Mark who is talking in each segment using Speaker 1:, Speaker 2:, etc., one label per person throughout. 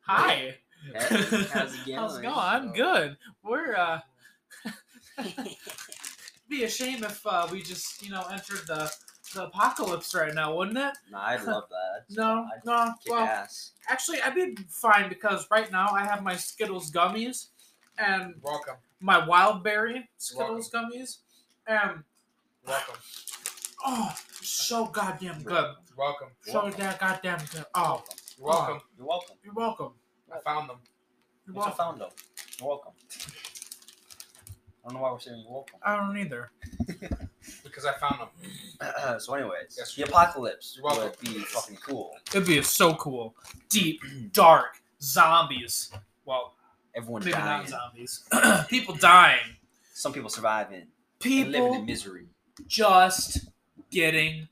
Speaker 1: Hi.
Speaker 2: How's it
Speaker 1: How's it
Speaker 2: going?
Speaker 1: going? I'm good. We're uh be a shame if uh, we just, you know, entered the the apocalypse right now, wouldn't it?
Speaker 2: Nah, I'd love that.
Speaker 1: No,
Speaker 2: I'd
Speaker 1: no.
Speaker 2: kick
Speaker 1: Well,
Speaker 2: ass.
Speaker 1: actually I'd be fine because right now I have my Skittles gummies and
Speaker 3: Welcome,
Speaker 1: my wild berry Skittles gummies and
Speaker 3: welcome,
Speaker 1: oh so goddamn good.
Speaker 3: welcome,
Speaker 1: So that goddamn good. Oh,
Speaker 3: You're welcome.
Speaker 2: You're welcome.
Speaker 1: you're welcome.
Speaker 3: I found them.
Speaker 1: You're
Speaker 2: It's a
Speaker 1: welcome.
Speaker 2: found though. You're welcome. I don't know why we're saying you're welcome.
Speaker 1: I don't either.
Speaker 3: Because I found them.
Speaker 2: so, anyways,
Speaker 3: Yes,
Speaker 2: the apocalypse
Speaker 3: You're welcome.
Speaker 2: would be fucking cool.
Speaker 1: It'd be so cool. Deep, dark, zombies. Well,
Speaker 2: Everyone
Speaker 1: Maybe
Speaker 2: dying.
Speaker 1: not zombies. people dying.
Speaker 2: Some people surviving. And living in
Speaker 1: People
Speaker 2: misery.
Speaker 1: just getting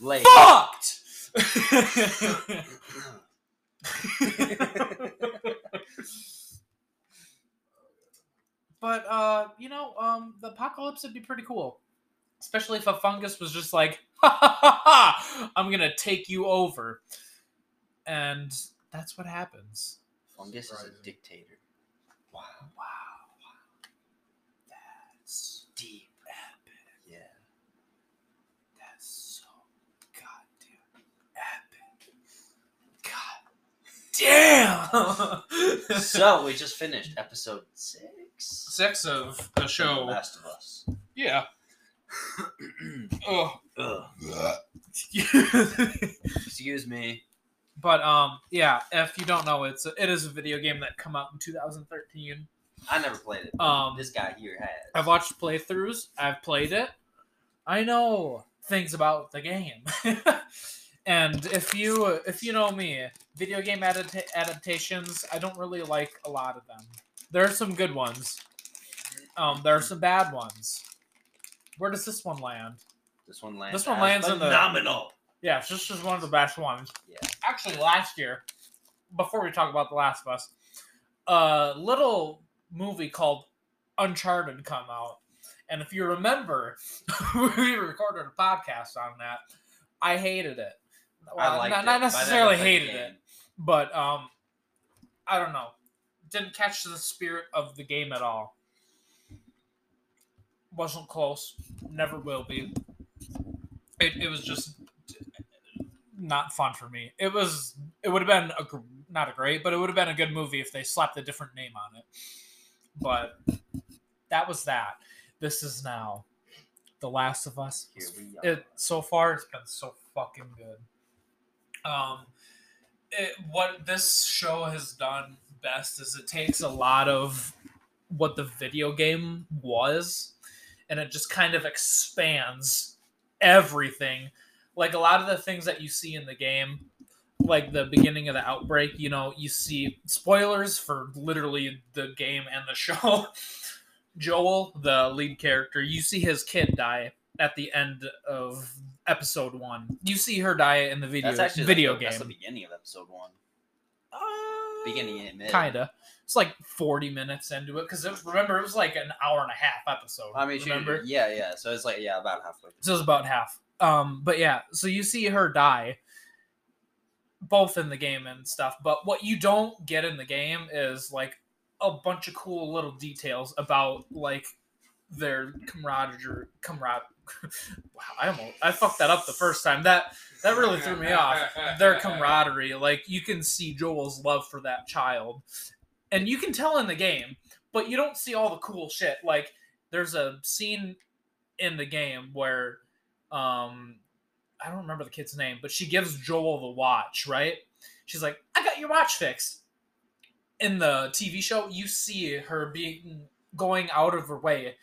Speaker 2: Late.
Speaker 1: fucked. but uh, you know, um, the apocalypse would be pretty cool, especially if a fungus was just like, ha, ha, ha, ha, "I'm gonna take you over," and that's what happens.
Speaker 2: Fungus is a
Speaker 3: Surprising.
Speaker 2: dictator. Wow.
Speaker 1: Wow, that's deep, epic.
Speaker 2: Yeah.
Speaker 1: That's so goddamn epic. God damn.
Speaker 2: so we just finished episode six.
Speaker 1: Sex of the
Speaker 2: The
Speaker 1: show.
Speaker 2: Last of Us.
Speaker 1: Yeah. Oh.
Speaker 2: Ugh. Excuse me.
Speaker 1: but um, yeah. If you don't know, it's a, it is a video game that come out in 2013.
Speaker 2: I never played it.
Speaker 1: Um,
Speaker 2: This guy here has.
Speaker 1: I've watched playthroughs. I've played it. I know things about the game. and if you if you know me, video game adapta- adaptations, I don't really like a lot of them. There are some good ones. Um, there are some bad ones. Where does this one land?
Speaker 2: This one lands.
Speaker 1: This one
Speaker 2: as
Speaker 1: lands in the-
Speaker 2: phenomenal.
Speaker 1: Yeah, it's just is one of the best ones.
Speaker 2: Yeah.
Speaker 1: Actually, last year, before we talk about The Last of Us, a little movie called Uncharted come out. And if you remember, we recorded a podcast on that. I hated it.
Speaker 2: I
Speaker 1: Well,
Speaker 2: liked
Speaker 1: Oh, not, not
Speaker 2: it, but I never
Speaker 1: necessarily
Speaker 2: played the
Speaker 1: hated it,
Speaker 2: game.
Speaker 1: but um, I don't know. Didn't catch the spirit of the game at all. Wasn't close. Never will be. It, it was just not fun for me. It was. It would have been a gr- not a great, but it would have been a good movie if they slapped a different name on it. But that was that. This is now the Last of Us.
Speaker 2: Here we are.
Speaker 1: It so far it's been so fucking good. Um, it, what this show has done best is it takes a lot of what the video game was, and it just kind of expands everything. Like a lot of the things that you see in the game, like the beginning of the outbreak, you know, you see spoilers for literally the game and the show. Joel, the lead character, you see his kid die at the end of episode one. You see her die in the video
Speaker 2: that's actually like
Speaker 1: video
Speaker 2: the-
Speaker 1: game.
Speaker 2: That's the beginning of episode one. Beginning and mid.
Speaker 1: Kinda. It's like forty minutes into it because remember it was like an hour and a half episode.
Speaker 2: I mean, she-
Speaker 1: remember?
Speaker 2: yeah, yeah. So it's like, yeah, about halfway.
Speaker 1: So it's about half. Um, but yeah, so you see her die, both in the game and stuff. But what you don't get in the game is like a bunch of cool little details about like their camaraderie. Camaraderie. wow, I almost I fucked that up the first time. That that really threw me off. Their camaraderie, like you can see Joel's love for that child, and you can tell in the game, but you don't see all the cool shit. Like there's a scene in the game where um I don't remember the kid's name, but she gives Joel the watch, right? She's like, "I got your watch fixed." In the TV show, you see her being going out of her way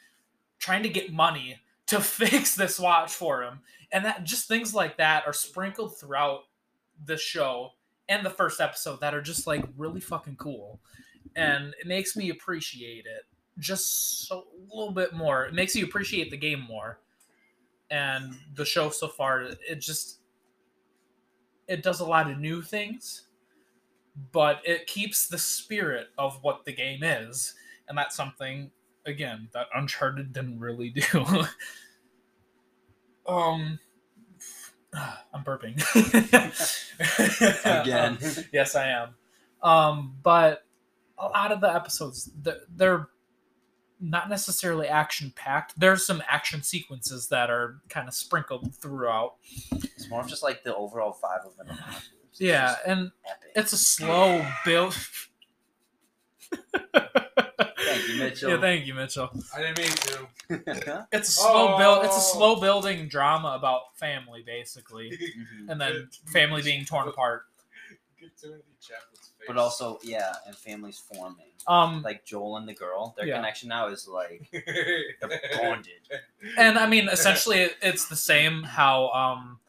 Speaker 1: trying to get money to fix this watch for him. And that just things like that are sprinkled throughout the show and the first episode that are just like really fucking cool. And it makes me appreciate it just so, a little bit more. It makes you appreciate the game more. And the show so far, it just it does a lot of new things, but it keeps the spirit of what the game is, and that's something again that Uncharted didn't really do. um, I'm burping
Speaker 2: Again.
Speaker 1: Yes, I am. Um, but a lot of the episodes, th- they're not necessarily action packed. There's some action sequences that are kind of sprinkled throughout.
Speaker 2: It's more of just like the overall vibe of an apocalypse. It's
Speaker 1: Yeah,
Speaker 2: just
Speaker 1: and
Speaker 2: epic.
Speaker 1: it's a slow build.
Speaker 2: Thank you, Mitchell.
Speaker 1: Yeah, thank you, Mitchell.
Speaker 3: I didn't mean to.
Speaker 1: It's a slow build. It's a
Speaker 3: Oh.
Speaker 1: slow building drama about family, basically,
Speaker 2: Mhm.
Speaker 1: and then family being torn apart.
Speaker 3: Get Timothy Chaplin's face.
Speaker 2: But also, yeah, and families forming.
Speaker 1: Um,
Speaker 2: Like Joel and the girl, their
Speaker 1: Yeah.
Speaker 2: connection now is like they're
Speaker 3: Going
Speaker 2: bonded.
Speaker 1: and I mean, essentially, it- it's the same how um,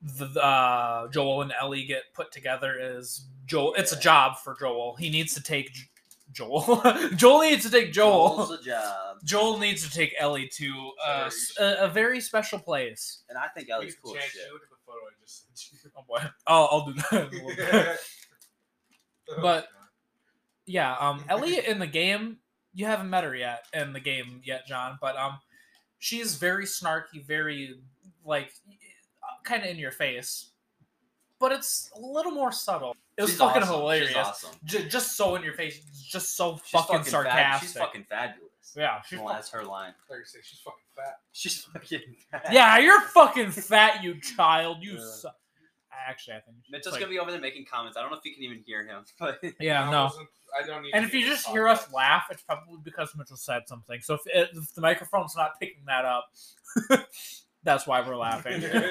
Speaker 1: the uh, Joel and Ellie get put together is Joel. It's a
Speaker 2: Yeah.
Speaker 1: job for Joel. He needs to take J- Joel. Joel needs to take
Speaker 2: Joel's
Speaker 1: Joel.
Speaker 2: a job,
Speaker 1: Joel needs to take Ellie to uh, s- a, a very special place.
Speaker 2: and I think Ellie's cool as shit.
Speaker 3: Look at the photo I just sent you.
Speaker 1: Oh boy, I'll, I'll do that. In a little bit.
Speaker 3: Oh,
Speaker 1: But- yeah um elliot in the game you haven't met her yet in the game yet john but um she's very snarky very like kind of in your face but it's a little more subtle it was
Speaker 2: She's
Speaker 1: fucking
Speaker 2: awesome.
Speaker 1: hilarious
Speaker 2: She's awesome.
Speaker 1: Ju- just so in your face just so
Speaker 2: She's
Speaker 1: fucking,
Speaker 2: fab-
Speaker 1: sarcastic
Speaker 2: she's fucking fabulous.
Speaker 1: yeah she's
Speaker 2: well,
Speaker 1: fuck-
Speaker 2: that's her line.
Speaker 3: God. Like I say, she's fucking fat.
Speaker 2: She's fucking. Fat.
Speaker 1: yeah you're fucking fat you child you
Speaker 2: Yeah.
Speaker 1: su- actually i think
Speaker 2: Mitchell's
Speaker 1: like-
Speaker 2: gonna be over there making comments. I don't know if you can even hear him, but
Speaker 1: yeah
Speaker 3: I
Speaker 1: no
Speaker 3: wasn't- I don't need
Speaker 1: And
Speaker 3: to
Speaker 1: if you
Speaker 3: be in
Speaker 1: just
Speaker 3: the
Speaker 1: hear us
Speaker 3: podcast.
Speaker 1: laugh, it's probably because Mitchell said something. So if, it, if the microphone's not picking that up, that's why we're laughing.
Speaker 2: I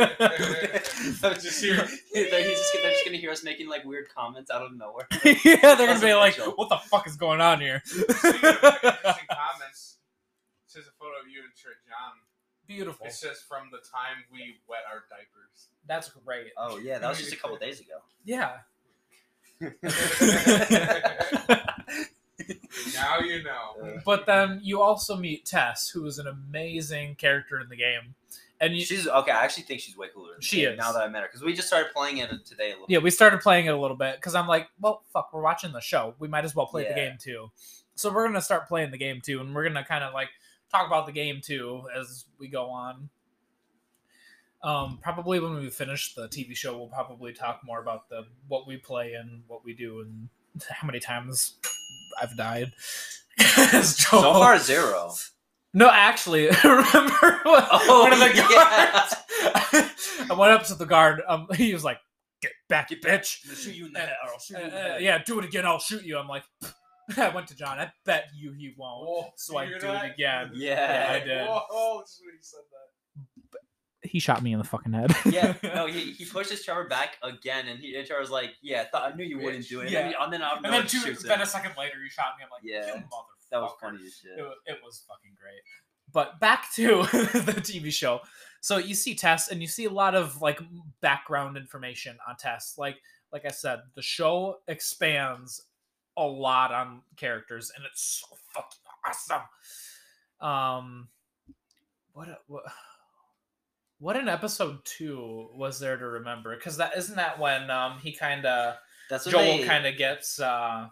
Speaker 2: was just hearing- they're, he's just, they're just gonna hear us making like weird comments out of nowhere.
Speaker 1: yeah, they're gonna be like,
Speaker 2: Mitchell.
Speaker 1: "What the fuck is going on here?"
Speaker 3: Speaking of interesting comments, this is a photo of you and Sir John.
Speaker 1: Beautiful.
Speaker 3: It says from the time we wet our diapers.
Speaker 1: That's great.
Speaker 2: Oh yeah, that was just a couple days ago.
Speaker 1: Yeah.
Speaker 3: now you know.
Speaker 1: But then you also meet Tess, who is an amazing character in the game, and you,
Speaker 2: She's okay. I actually think she's way cooler. Than
Speaker 1: She
Speaker 2: me
Speaker 1: is.
Speaker 2: now that I met her because we just started playing it today a little.
Speaker 1: yeah, we started playing it a little bit because I'm like, well, fuck, we're watching the show. We might as well play the
Speaker 2: Yeah.
Speaker 1: game too. So we're gonna start playing the game too, and we're gonna kind of like talk about the game too as we go on. Um, probably when we finish the TV show, we'll probably talk more about the what we play and what we do and how many times I've died. As
Speaker 2: So
Speaker 1: Joel-
Speaker 2: far zero.
Speaker 1: no, actually, remember when
Speaker 2: Oh,
Speaker 1: one of the
Speaker 2: yeah.
Speaker 1: guards? I went up to the guard. Um, he was like, "Get back, you bitch!"
Speaker 2: I'm gonna shoot you in
Speaker 1: Uh,
Speaker 2: I'll shoot
Speaker 1: uh,
Speaker 2: you in the
Speaker 1: uh,
Speaker 2: head.
Speaker 1: yeah, do it again. I'll shoot you. I'm like, I went to John. I bet you he won't.
Speaker 3: Whoa,
Speaker 1: So I
Speaker 3: you hear
Speaker 1: do it
Speaker 3: that?
Speaker 1: again. Yeah,
Speaker 2: Yeah.
Speaker 1: I did.
Speaker 3: Whoa, sweet said that.
Speaker 1: He shot me in the fucking head.
Speaker 2: yeah, no, he, he pushes Trevor back again, and he and Trevor's like, "Yeah, I thought I knew you wouldn't do it."
Speaker 1: Yeah.
Speaker 2: And, then, and then I'm
Speaker 1: and
Speaker 2: no
Speaker 1: then
Speaker 2: one
Speaker 1: two,
Speaker 2: shoots
Speaker 1: then
Speaker 2: him.
Speaker 1: a second later, you shot me. I'm like,
Speaker 2: Yeah.
Speaker 1: you motherfucker.
Speaker 2: That was funny as shit.
Speaker 1: It was, it was fucking great. But back to the TV show. So you see Tess, and you see a lot of like background information on Tess. Like, like I said, the show expands a lot on characters, and it's so fucking awesome. Um, what a, what, what an episode two was there to remember? Because that isn't that when um he kind of
Speaker 2: That's when
Speaker 1: Joel
Speaker 2: they-
Speaker 1: kind of gets uh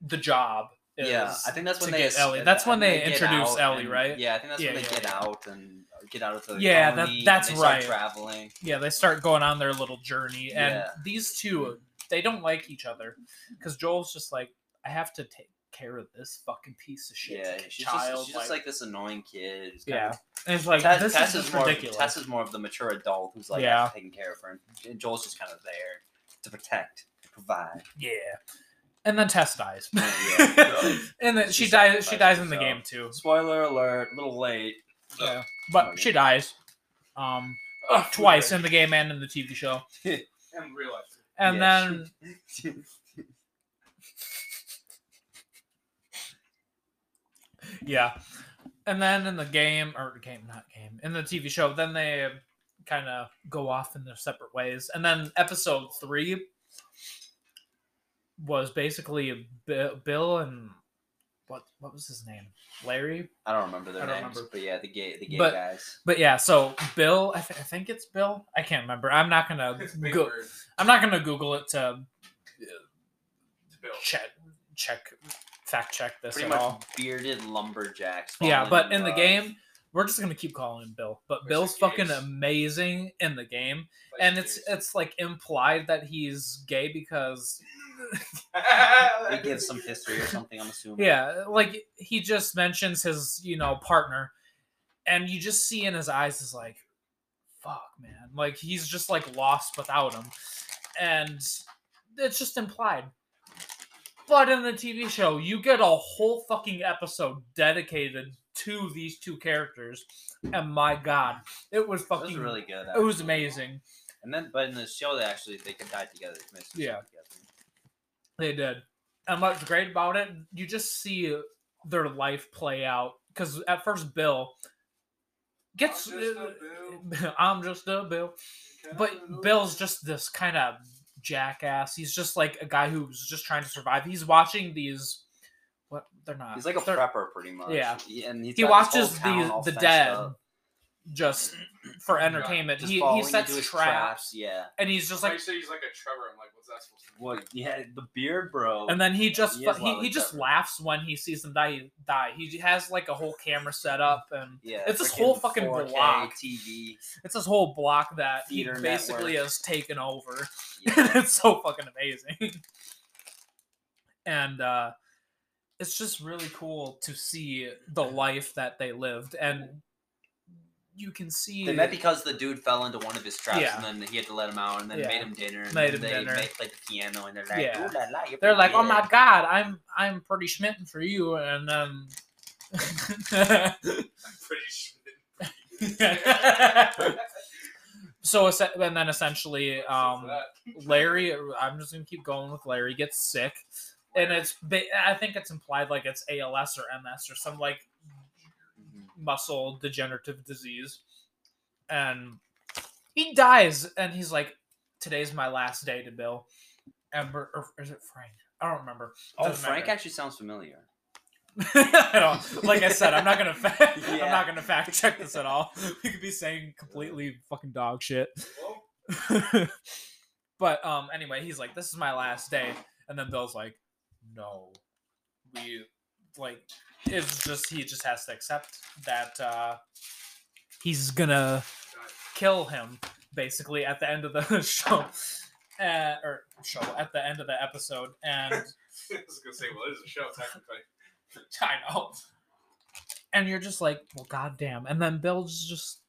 Speaker 1: the job. Is,
Speaker 2: Yeah, I think that's when
Speaker 1: to
Speaker 2: they
Speaker 1: get Ellie.
Speaker 2: uh,
Speaker 1: That's when
Speaker 2: uh,
Speaker 1: they
Speaker 2: get
Speaker 1: introduce
Speaker 2: out
Speaker 1: Ellie,
Speaker 2: and-
Speaker 1: right?
Speaker 2: Yeah, I think that's
Speaker 1: Yeah,
Speaker 2: when they
Speaker 1: yeah,
Speaker 2: get
Speaker 1: yeah.
Speaker 2: out and get out of the
Speaker 1: Yeah, that-
Speaker 2: colony, and
Speaker 1: that's
Speaker 2: they start
Speaker 1: right.
Speaker 2: Traveling.
Speaker 1: yeah, they start going on their little journey, and
Speaker 2: Yeah.
Speaker 1: these two they don't like each other because Joel's just like, I have to take care of this fucking piece of shit
Speaker 2: Yeah, she's,
Speaker 1: child.
Speaker 2: just, she's just like this annoying kid. Who's
Speaker 1: yeah,
Speaker 2: Kind
Speaker 1: and it's like
Speaker 2: Tess,
Speaker 1: this
Speaker 2: Tess
Speaker 1: is, just
Speaker 2: more.
Speaker 1: ridiculous.
Speaker 2: Tess is more of the mature adult who's like
Speaker 1: Yeah.
Speaker 2: taking care of her, and Joel's just kind of there to protect, to provide.
Speaker 1: yeah, and then Tess dies,
Speaker 2: Yeah, yeah.
Speaker 1: and then she
Speaker 2: She
Speaker 1: dies. She
Speaker 2: sacrifices
Speaker 1: dies in the
Speaker 2: herself.
Speaker 1: game too.
Speaker 2: Spoiler alert! A little late.
Speaker 1: Yeah, but
Speaker 2: Okay.
Speaker 1: she dies, um, twice in the game and in the TV show,
Speaker 3: And real life.
Speaker 1: and
Speaker 2: Yeah,
Speaker 1: then
Speaker 2: she-
Speaker 1: Yeah. And then in the game, or game, not game, in the TV show, then they kind of go off in their separate ways. And then episode three was basically Bi- Bill and what what was his name? Larry?
Speaker 2: I don't remember their
Speaker 3: I don't
Speaker 2: names,
Speaker 3: remember.
Speaker 2: but yeah, the gay, the gay
Speaker 1: But-
Speaker 2: guys.
Speaker 1: But yeah, so Bill, I, th- I think it's Bill. I can't remember. I'm not gonna
Speaker 3: It's a big
Speaker 1: Um, go.
Speaker 3: word
Speaker 1: I'm not gonna Google it to
Speaker 3: to build.
Speaker 1: check check fact check this
Speaker 2: Pretty
Speaker 1: at
Speaker 2: much
Speaker 1: all.
Speaker 2: bearded lumberjacks.
Speaker 1: Yeah,
Speaker 2: falling
Speaker 1: but in the
Speaker 2: love.
Speaker 1: game, We're just gonna keep calling him Bill, but
Speaker 3: Mr.
Speaker 1: Bill's fucking
Speaker 3: Case.
Speaker 1: amazing in the game,
Speaker 3: Like,
Speaker 1: and it's
Speaker 3: dude.
Speaker 1: it's like implied that he's gay because
Speaker 2: They give some history or something. I'm assuming.
Speaker 1: yeah, like he just mentions his you know partner, and you just see in his eyes is like, fuck man, like he's just like lost without him, and it's just implied. But in the TV show, you get a whole fucking episode dedicated to these two characters, and my god, it was
Speaker 2: That
Speaker 1: fucking
Speaker 2: was really good.
Speaker 1: it was
Speaker 2: actually.
Speaker 1: amazing.
Speaker 2: And then, but in the show, they actually they could die together. They commit suicide
Speaker 1: Yeah.
Speaker 2: together.
Speaker 1: They did. And what's great about it, you just see their life play out. Because at first, Bill gets.
Speaker 3: I'm just a Bill.
Speaker 1: I'm just a Bill. But Bill's just this kind of jackass. He's just like a guy who's just trying to survive. He's watching these. What? They're not.
Speaker 2: He's like a
Speaker 1: Uh, they're-
Speaker 2: prepper, pretty much.
Speaker 1: Yeah.
Speaker 2: He- And he's
Speaker 1: He
Speaker 2: got this whole
Speaker 1: watches
Speaker 2: town
Speaker 1: the
Speaker 2: all
Speaker 1: the
Speaker 2: fenced
Speaker 1: dead
Speaker 2: up,
Speaker 1: just for
Speaker 3: Yeah,
Speaker 1: entertainment.
Speaker 2: just
Speaker 1: he, he
Speaker 2: falling
Speaker 1: sets
Speaker 2: into his
Speaker 1: traps,
Speaker 2: Yeah.
Speaker 1: and he's just like.
Speaker 3: you said he's like a Trevor. I'm like, what's that supposed to mean?
Speaker 2: Well, yeah, the beard, bro.
Speaker 1: And then he just
Speaker 2: He
Speaker 1: fu-
Speaker 2: is
Speaker 1: he, he,
Speaker 2: wildly
Speaker 1: just
Speaker 2: clever.
Speaker 1: laughs when he sees them die. Die. He has like a whole camera set up and.
Speaker 2: yeah,
Speaker 1: it's this whole fucking
Speaker 2: 4K
Speaker 1: block.
Speaker 2: TV.
Speaker 1: it's this whole block that he
Speaker 2: Theater
Speaker 1: basically
Speaker 2: network.
Speaker 1: has taken over. And
Speaker 2: Yeah.
Speaker 1: it's so fucking amazing. And uh it's just really cool to see the life that they lived and you can see
Speaker 2: they met because the dude fell into one of his traps,
Speaker 1: Yeah.
Speaker 2: and then he had to let him out, and then
Speaker 1: Yeah.
Speaker 2: made him dinner, and
Speaker 1: Made
Speaker 2: then
Speaker 1: him
Speaker 2: they
Speaker 1: dinner.
Speaker 2: Made, played the piano, and they're like,
Speaker 1: Yeah.
Speaker 2: "Ooh la la," you're
Speaker 1: they're
Speaker 2: pretty
Speaker 1: like, "Oh my
Speaker 2: good."
Speaker 1: god, I'm I'm pretty smitten for you." And then
Speaker 3: I'm pretty sure.
Speaker 1: so es- and then essentially um
Speaker 3: That-
Speaker 1: Larry, I'm just gonna keep going with Larry. Gets sick, and it's. ba- I think it's implied like it's ALS or MS or some like
Speaker 2: Mhm.
Speaker 1: muscle degenerative disease, and he dies. And he's like, "Today's my last day to Bill." Ember, or is it Frank? I don't remember.
Speaker 2: Oh,
Speaker 1: Doesn't
Speaker 2: Frank
Speaker 1: matter.
Speaker 2: actually sounds familiar.
Speaker 1: I don't- like I said, I'm not gonna. Fa-
Speaker 2: Yeah.
Speaker 1: I'm not gonna fact check this at all. We could be saying completely fucking dog shit.
Speaker 3: Well,
Speaker 1: but um anyway, he's like, This is my last day. And then Bill's like, No. We like it's just he just has to accept that uh he's gonna kill him basically at the end of the show. Uh, or show at the end of the episode and
Speaker 3: I was gonna say, well, it is a show technically.
Speaker 1: I know. And you're just like, well, goddamn. And then Bill's just,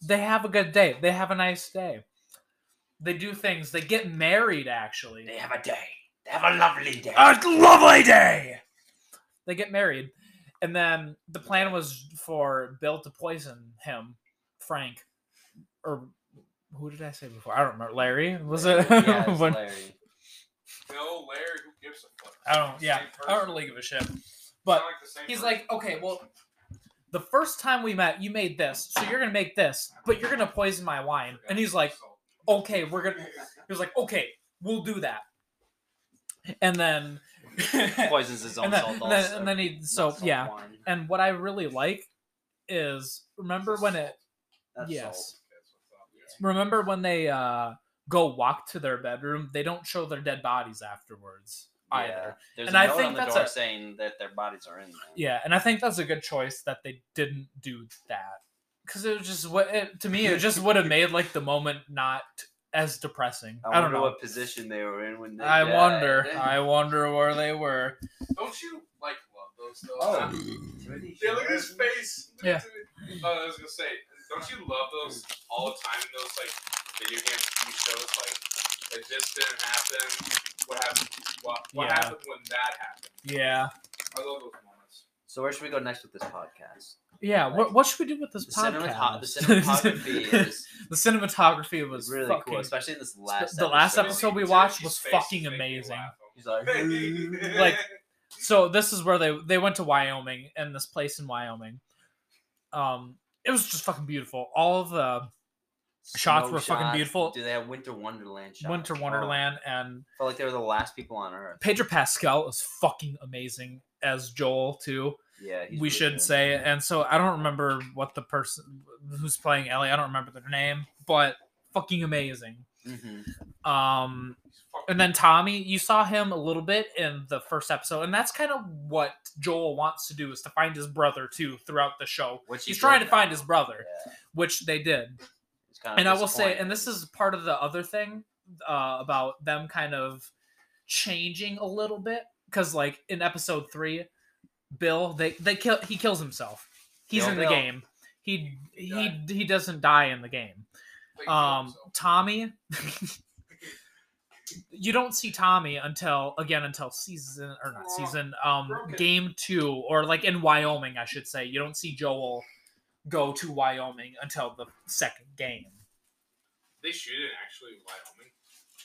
Speaker 1: they have a good day. They have a nice day. They do things. They get married, actually.
Speaker 2: They have a day. They have a lovely day.
Speaker 1: lovely day. They get married. And then the plan was for Bill to poison him, Frank. Or who did I say before? I don't remember. Larry? Was it?
Speaker 2: Yeah, it's
Speaker 1: When-
Speaker 2: Larry.
Speaker 3: No, Larry, who gives a fuck?
Speaker 1: I don't, yeah.
Speaker 3: Same person.
Speaker 1: I don't really give a shit.
Speaker 3: It's
Speaker 1: But
Speaker 3: not like the same
Speaker 1: he's
Speaker 3: person.
Speaker 1: like, okay, well, the first time we met, you made this, so you're gonna make this, but you're gonna poison my wine. And he's like,
Speaker 3: So-
Speaker 1: okay, we're gonna. He was like, okay, we'll do that. And then, and
Speaker 2: Poisons his own
Speaker 1: then,
Speaker 2: salt.
Speaker 1: and then,
Speaker 2: also.
Speaker 1: and then he.
Speaker 2: Not
Speaker 1: So
Speaker 2: salt
Speaker 1: yeah.
Speaker 2: wine.
Speaker 1: And what I really like is remember when it.
Speaker 2: That's
Speaker 1: Yes.
Speaker 2: salt.
Speaker 3: That's what's up, yeah.
Speaker 1: Remember when they uh go walk to their bedroom? They don't show their dead bodies afterwards either.
Speaker 2: Yeah. There's
Speaker 1: And
Speaker 2: a
Speaker 1: I
Speaker 2: note
Speaker 1: think
Speaker 2: on the
Speaker 1: that's
Speaker 2: door
Speaker 1: a-
Speaker 2: saying that their bodies are in there.
Speaker 1: Yeah, and I think that's a good choice that they didn't do that because it was just what it, to me it just would have made like the moment not as depressing.
Speaker 2: I,
Speaker 1: I, don't
Speaker 2: wonder
Speaker 1: know.
Speaker 2: what position they were in when they.
Speaker 1: I
Speaker 2: died.
Speaker 1: wonder. I wonder where they were.
Speaker 3: Don't you like love those though?
Speaker 2: Oh.
Speaker 3: Yeah, look at his face. Look
Speaker 1: Yeah.
Speaker 3: at it. Oh, I was gonna say, don't you love those all the time? Those like video game TV shows, like it just didn't happen. What happened? What, what
Speaker 1: Yeah.
Speaker 3: happened when that happened?
Speaker 1: Yeah,
Speaker 3: I love those moments.
Speaker 2: So where should we go next with this podcast?
Speaker 1: yeah. What what should we do with this
Speaker 2: The,
Speaker 1: podcast?
Speaker 2: cinematog- the cinematography is
Speaker 1: The cinematography was
Speaker 2: really
Speaker 1: fucking,
Speaker 2: cool, especially in this last.
Speaker 1: the last
Speaker 3: Did you
Speaker 1: episode
Speaker 3: see
Speaker 1: we
Speaker 3: Jimmy
Speaker 1: watched
Speaker 3: Keith's
Speaker 1: was
Speaker 3: face
Speaker 1: fucking
Speaker 3: make me
Speaker 1: amazing.
Speaker 3: laugh?
Speaker 2: He's like,
Speaker 1: Like- So this is where they they went to Wyoming and this place in Wyoming. Um, it was just fucking beautiful. All of the shots
Speaker 2: snow
Speaker 1: were fucking
Speaker 2: shot.
Speaker 1: beautiful.
Speaker 2: Do they have Winter Wonderland shots?
Speaker 1: Winter
Speaker 2: Oh,
Speaker 1: Wonderland and
Speaker 2: felt like they were the last people on Earth.
Speaker 1: Pedro Pascal is fucking amazing as Joel too.
Speaker 2: Yeah, he's
Speaker 1: we
Speaker 2: really
Speaker 1: should
Speaker 2: good.
Speaker 1: say, and so I don't remember what the person who's playing
Speaker 2: Mm-hmm.
Speaker 1: Ellie. I don't remember their name, but fucking amazing.
Speaker 2: Mhm.
Speaker 1: Um,
Speaker 3: Fuck
Speaker 1: And then Tommy, you saw him a little bit in the first episode, and that's kind of what Joel wants to do is to find his brother too throughout the show.
Speaker 2: Which he
Speaker 1: He's trying
Speaker 2: did
Speaker 1: to find
Speaker 2: now.
Speaker 1: his brother,
Speaker 2: Yeah,
Speaker 1: which they did.
Speaker 2: it's kind of
Speaker 1: And I will say, and
Speaker 2: disappointing.
Speaker 1: this is part of the other thing uh, about them kind of changing a little bit, because like in episode three, Bill they they kill he kills himself. He's
Speaker 2: Kill
Speaker 1: in
Speaker 2: Bill.
Speaker 1: the game. He he he doesn't die in the game
Speaker 3: Like,
Speaker 1: um
Speaker 3: so-
Speaker 1: tommy you don't see tommy until again until season or not season um
Speaker 3: Broken.
Speaker 1: game two or like in wyoming i should say you don't see joel go to wyoming until the second game
Speaker 3: they shoot it actually in Wyoming.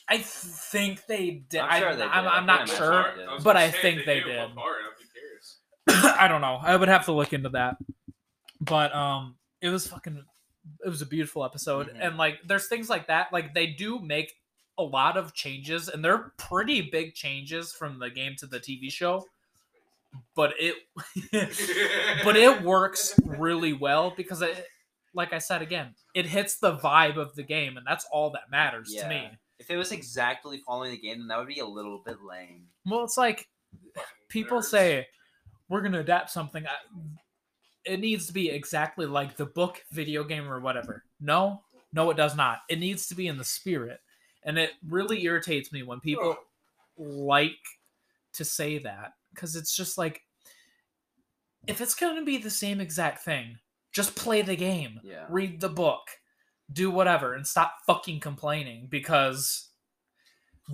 Speaker 1: i think they did
Speaker 2: I'm
Speaker 1: I,
Speaker 2: sure they
Speaker 1: am
Speaker 2: did. I
Speaker 1: I'm not
Speaker 2: can't
Speaker 1: sure
Speaker 2: imagine.
Speaker 3: I was
Speaker 1: but
Speaker 3: gonna
Speaker 1: I
Speaker 3: say, if
Speaker 1: think they
Speaker 3: do,
Speaker 1: did.
Speaker 3: What part? I don't think who cares.
Speaker 1: i don't know i would have to look into that but um it was fucking it was a beautiful episode
Speaker 2: Mhm.
Speaker 1: and like there's things like that like they do make a lot of changes and they're pretty big changes from the game to the tv show but it but it works really well because it like i said again it hits the vibe of the game and that's all that matters to me
Speaker 2: Yeah. If it was exactly following the game, then that would be a little bit lame.
Speaker 1: well it's like people
Speaker 3: Nerds.
Speaker 1: say we're going to adapt something I, it needs to be exactly like the book video game or whatever no no it does not it needs to be in the spirit and it really irritates me when people like to say that because it's just like if it's going to be the same exact thing just play the game
Speaker 2: Yeah.
Speaker 1: read the book, do whatever, and stop fucking complaining because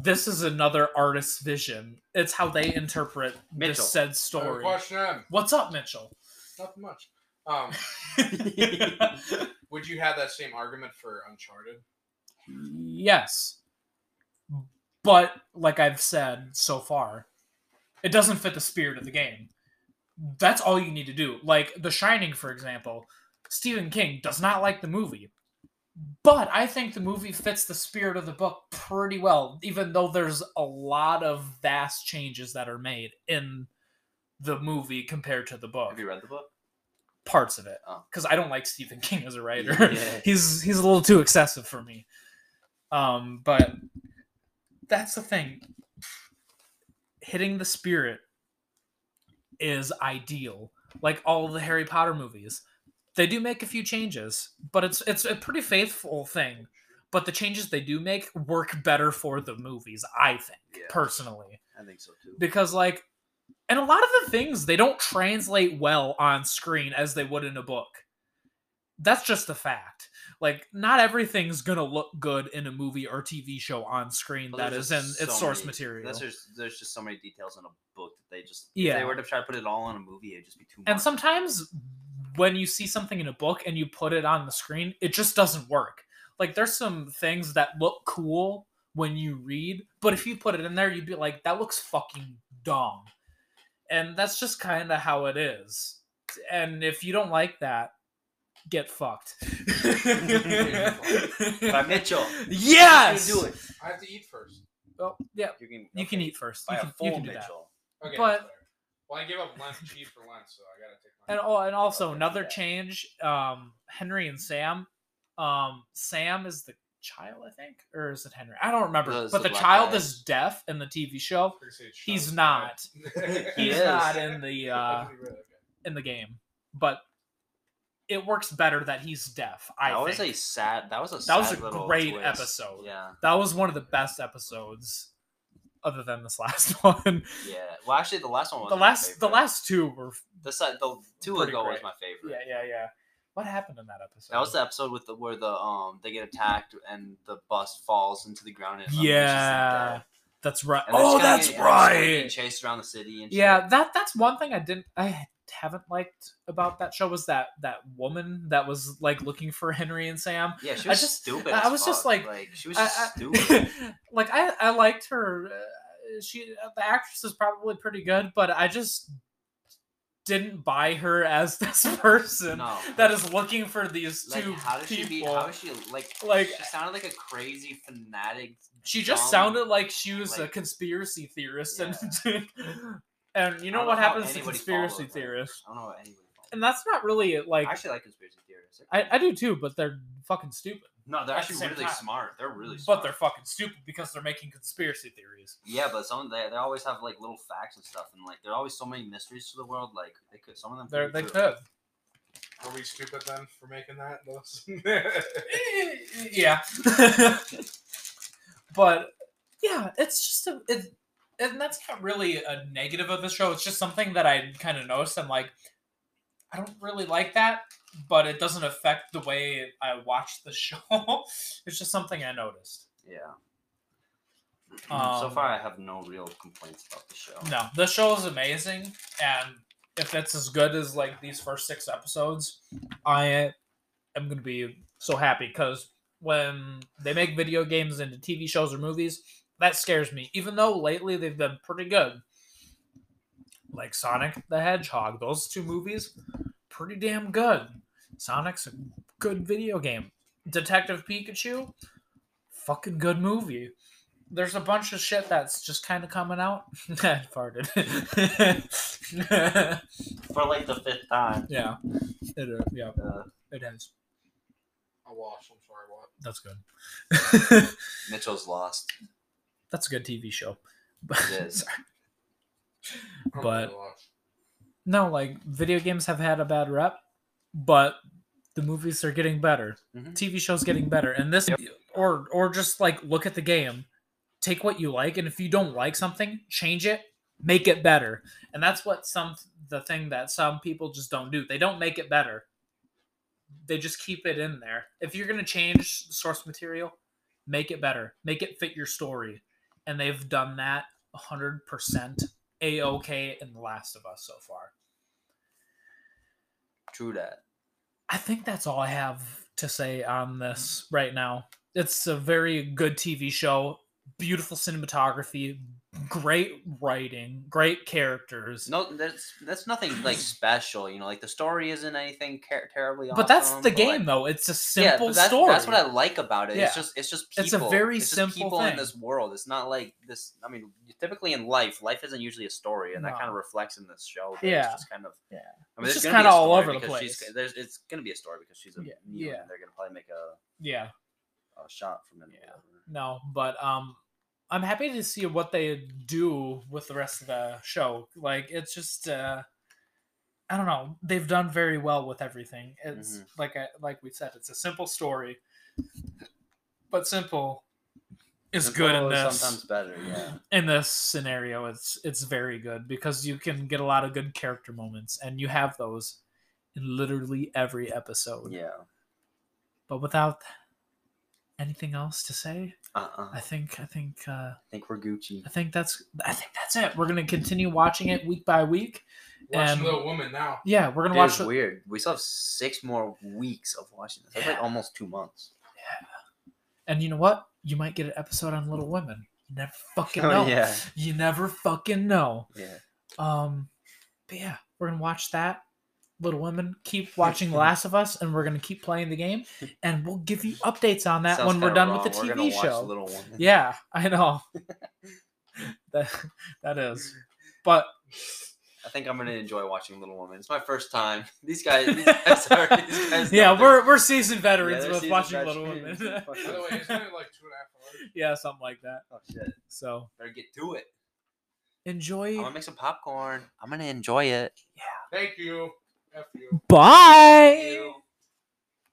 Speaker 1: this is another artist's vision. It's how they interpret
Speaker 2: Mitchell.
Speaker 1: this said
Speaker 3: I have a
Speaker 1: story.
Speaker 3: Question.
Speaker 1: What's up, Mitchell?
Speaker 3: Not much. Um, would you have that same argument for Uncharted?
Speaker 1: yes. But like I've said so far, it doesn't fit the spirit of the game. That's all you need to do. Like The Shining, for example, Stephen King does not like the movie. But I think the movie fits the spirit of the book pretty well, even though there's a lot of vast changes that are made in the movie compared to the book
Speaker 2: Have you read the book?
Speaker 1: parts of it
Speaker 2: Oh.
Speaker 1: because I don't like Stephen King as a writer.
Speaker 2: Yeah.
Speaker 1: he's he's a little too excessive for me. Um, but that's the thing. Hitting the spirit is ideal. Like all the Harry Potter movies, they do make a few changes, but it's it's a pretty faithful thing. But the changes they do make work better for the movies, I think,
Speaker 2: Yeah.
Speaker 1: personally
Speaker 2: I think so too.
Speaker 1: because like and a lot of the things they don't translate well on screen as they would in a book that's just a fact like not everything's gonna look good in a movie or tv show on screen
Speaker 2: Well,
Speaker 1: that
Speaker 2: there's
Speaker 1: is in
Speaker 2: just
Speaker 1: its
Speaker 2: so
Speaker 1: source
Speaker 2: many-
Speaker 1: material
Speaker 2: That's just, there's just so many details in a book that they just if
Speaker 1: Yeah.
Speaker 2: they were to try to put it all in a movie, it'd just be too much.
Speaker 1: and sometimes when you see something in a book and you put it on the screen it just doesn't work like there's some things that look cool when you read but if you put it in there you'd be like that looks fucking dumb and that's just kind of how it is and if you don't like that get fucked
Speaker 2: by Mitchell.
Speaker 1: yes
Speaker 2: You can do it.
Speaker 3: I have to eat first.
Speaker 1: Well, yeah
Speaker 2: You can,
Speaker 1: you can
Speaker 2: okay.
Speaker 1: eat first
Speaker 2: By
Speaker 1: you
Speaker 2: a
Speaker 1: can,
Speaker 2: full
Speaker 1: you can do that
Speaker 2: Mitchell.
Speaker 3: Okay.
Speaker 1: But-
Speaker 3: that's fair. well, I gave up lunch cheese for lunch, so I gotta take. my-
Speaker 1: and oh, and also
Speaker 2: Okay,
Speaker 1: another
Speaker 2: yeah.
Speaker 1: change. Um, Henry and Sam. Um, Sam is the child, I think, or is it Henry? I don't remember.
Speaker 2: No, it's
Speaker 1: but the
Speaker 2: the black
Speaker 1: child
Speaker 2: guy. Oh,
Speaker 1: is deaf in the TV show.
Speaker 3: Pretty sure it's
Speaker 1: He's
Speaker 3: Sean's
Speaker 1: not.
Speaker 3: dad.
Speaker 2: He
Speaker 1: He's
Speaker 2: is.
Speaker 1: not in the uh,
Speaker 3: That's really good. Okay.
Speaker 1: in the game, but it works better that he's deaf. I
Speaker 2: that was
Speaker 1: think
Speaker 2: a sad. That was a.
Speaker 1: That was
Speaker 2: sad
Speaker 1: a
Speaker 2: little
Speaker 1: great
Speaker 2: twist.
Speaker 1: episode.
Speaker 2: Yeah,
Speaker 1: that was one of the best episodes, other than this last one.
Speaker 2: yeah. Well, actually, the last one was
Speaker 1: the
Speaker 2: my
Speaker 1: last, the
Speaker 2: favorite.
Speaker 1: last two were
Speaker 2: the si- the two
Speaker 1: Pretty
Speaker 2: ago was
Speaker 1: great.
Speaker 2: my favorite.
Speaker 1: yeah, yeah, yeah. What happened in that episode?
Speaker 2: That was the episode with the where the um they get attacked and the bus falls into the ground and it unleashes them
Speaker 1: Yeah.
Speaker 2: dead.
Speaker 1: that's right.
Speaker 2: And they're just
Speaker 1: Oh,
Speaker 2: kinda
Speaker 1: that's
Speaker 2: getting- and they're just kinda
Speaker 1: right.
Speaker 2: Getting chased around the city and shit.
Speaker 1: yeah that that's one thing i didn't i haven't liked about that show was that that woman that was like looking for henry and sam
Speaker 2: yeah. She
Speaker 1: I
Speaker 2: was
Speaker 1: just-
Speaker 2: stupid.
Speaker 1: I
Speaker 2: as
Speaker 1: was just
Speaker 2: fuck.
Speaker 1: like,
Speaker 2: she was
Speaker 1: I-
Speaker 2: just
Speaker 1: I-
Speaker 2: stupid.
Speaker 1: like i i liked her uh, she the actress is probably pretty good but i just didn't buy her as this person
Speaker 2: no,
Speaker 1: that is looking for these
Speaker 2: like
Speaker 1: two
Speaker 2: how does she
Speaker 1: people
Speaker 2: be? How is she like?
Speaker 1: Like-
Speaker 2: she sounded like a crazy fanatic.
Speaker 1: she just
Speaker 2: dumb,
Speaker 1: sounded like she was a
Speaker 2: like-
Speaker 1: conspiracy theorist and and you
Speaker 2: I
Speaker 1: know
Speaker 2: don't
Speaker 1: what
Speaker 2: know how
Speaker 1: happens to
Speaker 2: anybody
Speaker 1: conspiracy
Speaker 2: followed her.
Speaker 1: theorists
Speaker 2: I don't know what anybody.
Speaker 1: and that's not really like
Speaker 2: I actually like conspiracy theorists.
Speaker 1: I, I do too, but they're fucking stupid.
Speaker 2: No, they're
Speaker 1: At the
Speaker 2: actually
Speaker 1: same
Speaker 2: really
Speaker 1: time.
Speaker 2: smart. They're really smart.
Speaker 1: but they're fucking stupid because they're making conspiracy theories.
Speaker 2: yeah, but some they, they always have like little facts and stuff, and like there are always so many mysteries to the world. Like they could some of them.
Speaker 1: They're,
Speaker 2: could
Speaker 1: they
Speaker 2: be true.
Speaker 1: could.
Speaker 3: Are we stupid then for making that? Those?
Speaker 1: yeah. but yeah, it's just a it, and that's not really a negative of the show. It's just something that I kind of noticed. I'm like, I don't really like that, but it doesn't affect the way I watch the show. it's just something I noticed.
Speaker 2: Yeah. so
Speaker 1: Um,
Speaker 2: far, I have no real complaints about the show.
Speaker 1: No, the show is amazing, and if it's as good as like these first six episodes, I am gonna be so happy because when they make video games into TV shows or movies, that scares me. Even though lately they've been pretty good, like Sonic the Hedgehog, those two movies, pretty damn good. Sonic's a good video game. Detective Pikachu, fucking good movie there's a bunch of shit that's just kind of coming out. I farted.
Speaker 2: For like the fifth time.
Speaker 1: yeah, it uh, yeah
Speaker 2: Uh,
Speaker 1: it is.
Speaker 3: I wash. I'm sorry. What?
Speaker 1: That's good.
Speaker 2: Mitchell's lost.
Speaker 1: that's a good TV show.
Speaker 2: It is.
Speaker 3: I don't
Speaker 1: But-
Speaker 3: really wash.
Speaker 1: no, like video games have had a bad rep, but the movies are getting better.
Speaker 2: Mhm.
Speaker 1: TV shows getting better, and this
Speaker 2: Yep.
Speaker 1: or or just like look at the game, take what you like, and if you don't like something, change it, make it better. And that's what some the thing that some people just don't do. They don't make it better. They just keep it in there. If you're gonna change source material, make it better. Make it fit your story. And they've done that hundred percent a okay in The Last of Us so far.
Speaker 2: True that.
Speaker 1: I think that's all I have to say on this right now. It's a very good TV show, beautiful cinematography, great writing, great characters.
Speaker 2: No, that's that's nothing like special. You know, like the story isn't anything ter- terribly.
Speaker 1: but that's
Speaker 2: awesome,
Speaker 1: the
Speaker 2: but,
Speaker 1: game,
Speaker 2: like-
Speaker 1: though. It's a
Speaker 2: Yeah,
Speaker 1: simple
Speaker 2: but that's,
Speaker 1: story.
Speaker 2: That's what I like about it.
Speaker 1: Yeah.
Speaker 2: It's just it's just people.
Speaker 1: It's a very
Speaker 2: It's just
Speaker 1: simple
Speaker 2: people
Speaker 1: thing.
Speaker 2: in this world. It's not like this. I mean, typically in life, life isn't usually a story, and
Speaker 1: No.
Speaker 2: that kind of reflects in this show. that
Speaker 1: Yeah.
Speaker 2: It's just kind of.
Speaker 1: Yeah.
Speaker 2: I mean,
Speaker 1: It's
Speaker 2: there's
Speaker 1: just
Speaker 2: gonna be
Speaker 1: kinda
Speaker 2: a
Speaker 1: all
Speaker 2: story
Speaker 1: over the
Speaker 2: because she's-
Speaker 1: place.
Speaker 2: There's it's gonna be a story because she's a
Speaker 1: Yeah,
Speaker 2: mutant,
Speaker 1: yeah.
Speaker 2: and They're gonna probably make a,
Speaker 1: yeah,
Speaker 2: a shot from it. or
Speaker 1: Yeah.
Speaker 2: whatever.
Speaker 1: no, but um, I'm happy to see what they do with the rest of the show. Like, it's just, uh, I don't know. They've done very well with everything. It's
Speaker 2: Mm-hmm.
Speaker 1: like I, like we said, it's a simple story, but simple is
Speaker 2: It's
Speaker 1: good in
Speaker 2: always
Speaker 1: this.
Speaker 2: Sometimes better. Yeah.
Speaker 1: in this scenario it's it's very good because you can get a lot of good character moments and you have those in literally every episode
Speaker 2: Yeah.
Speaker 1: but without anything else to say
Speaker 2: Uh. uh
Speaker 1: i
Speaker 2: I
Speaker 1: think i think uh
Speaker 2: think we're Gucci.
Speaker 1: i think that's i think that's it we're gonna continue watching it week by week
Speaker 3: Watching
Speaker 1: Um,
Speaker 3: Little Woman now.
Speaker 1: yeah we're gonna
Speaker 2: It
Speaker 1: watch
Speaker 2: is weird. We still have six more weeks of watching this. That's
Speaker 1: Yeah.
Speaker 2: like almost two months.
Speaker 1: and you know what you might get an episode on little women you never fucking know
Speaker 2: Oh, yeah.
Speaker 1: you never fucking know
Speaker 2: Yeah.
Speaker 1: Um, but yeah, we're gonna watch that. Little Women, keep watching The Last of Us, and we're gonna keep playing the game, and we'll give you updates on that
Speaker 2: Sounds
Speaker 1: when we're
Speaker 2: kinda
Speaker 1: done
Speaker 2: wrong.
Speaker 1: with the
Speaker 2: We're
Speaker 1: TV
Speaker 2: gonna watch
Speaker 1: show.
Speaker 2: Little Women.
Speaker 1: Yeah, I know. that that is, but
Speaker 2: I think I'm gonna enjoy watching Little Women. It's my first time. These guys, these guys are. These guys know
Speaker 1: yeah,
Speaker 2: their-
Speaker 1: we're we're seasoned veterans
Speaker 2: they're
Speaker 1: with
Speaker 2: seasoned
Speaker 1: watching
Speaker 2: veterans.
Speaker 1: Little
Speaker 2: Fuck
Speaker 3: By the way,
Speaker 1: Women.
Speaker 3: isn't it like two and a half hours?
Speaker 1: yeah, something like that.
Speaker 2: Oh shit!
Speaker 1: So
Speaker 2: Better get to it. I'm
Speaker 1: enjoy.
Speaker 2: gonna make some popcorn. I'm gonna enjoy it.
Speaker 3: Thank you. F you.
Speaker 1: Bye.
Speaker 2: Ew.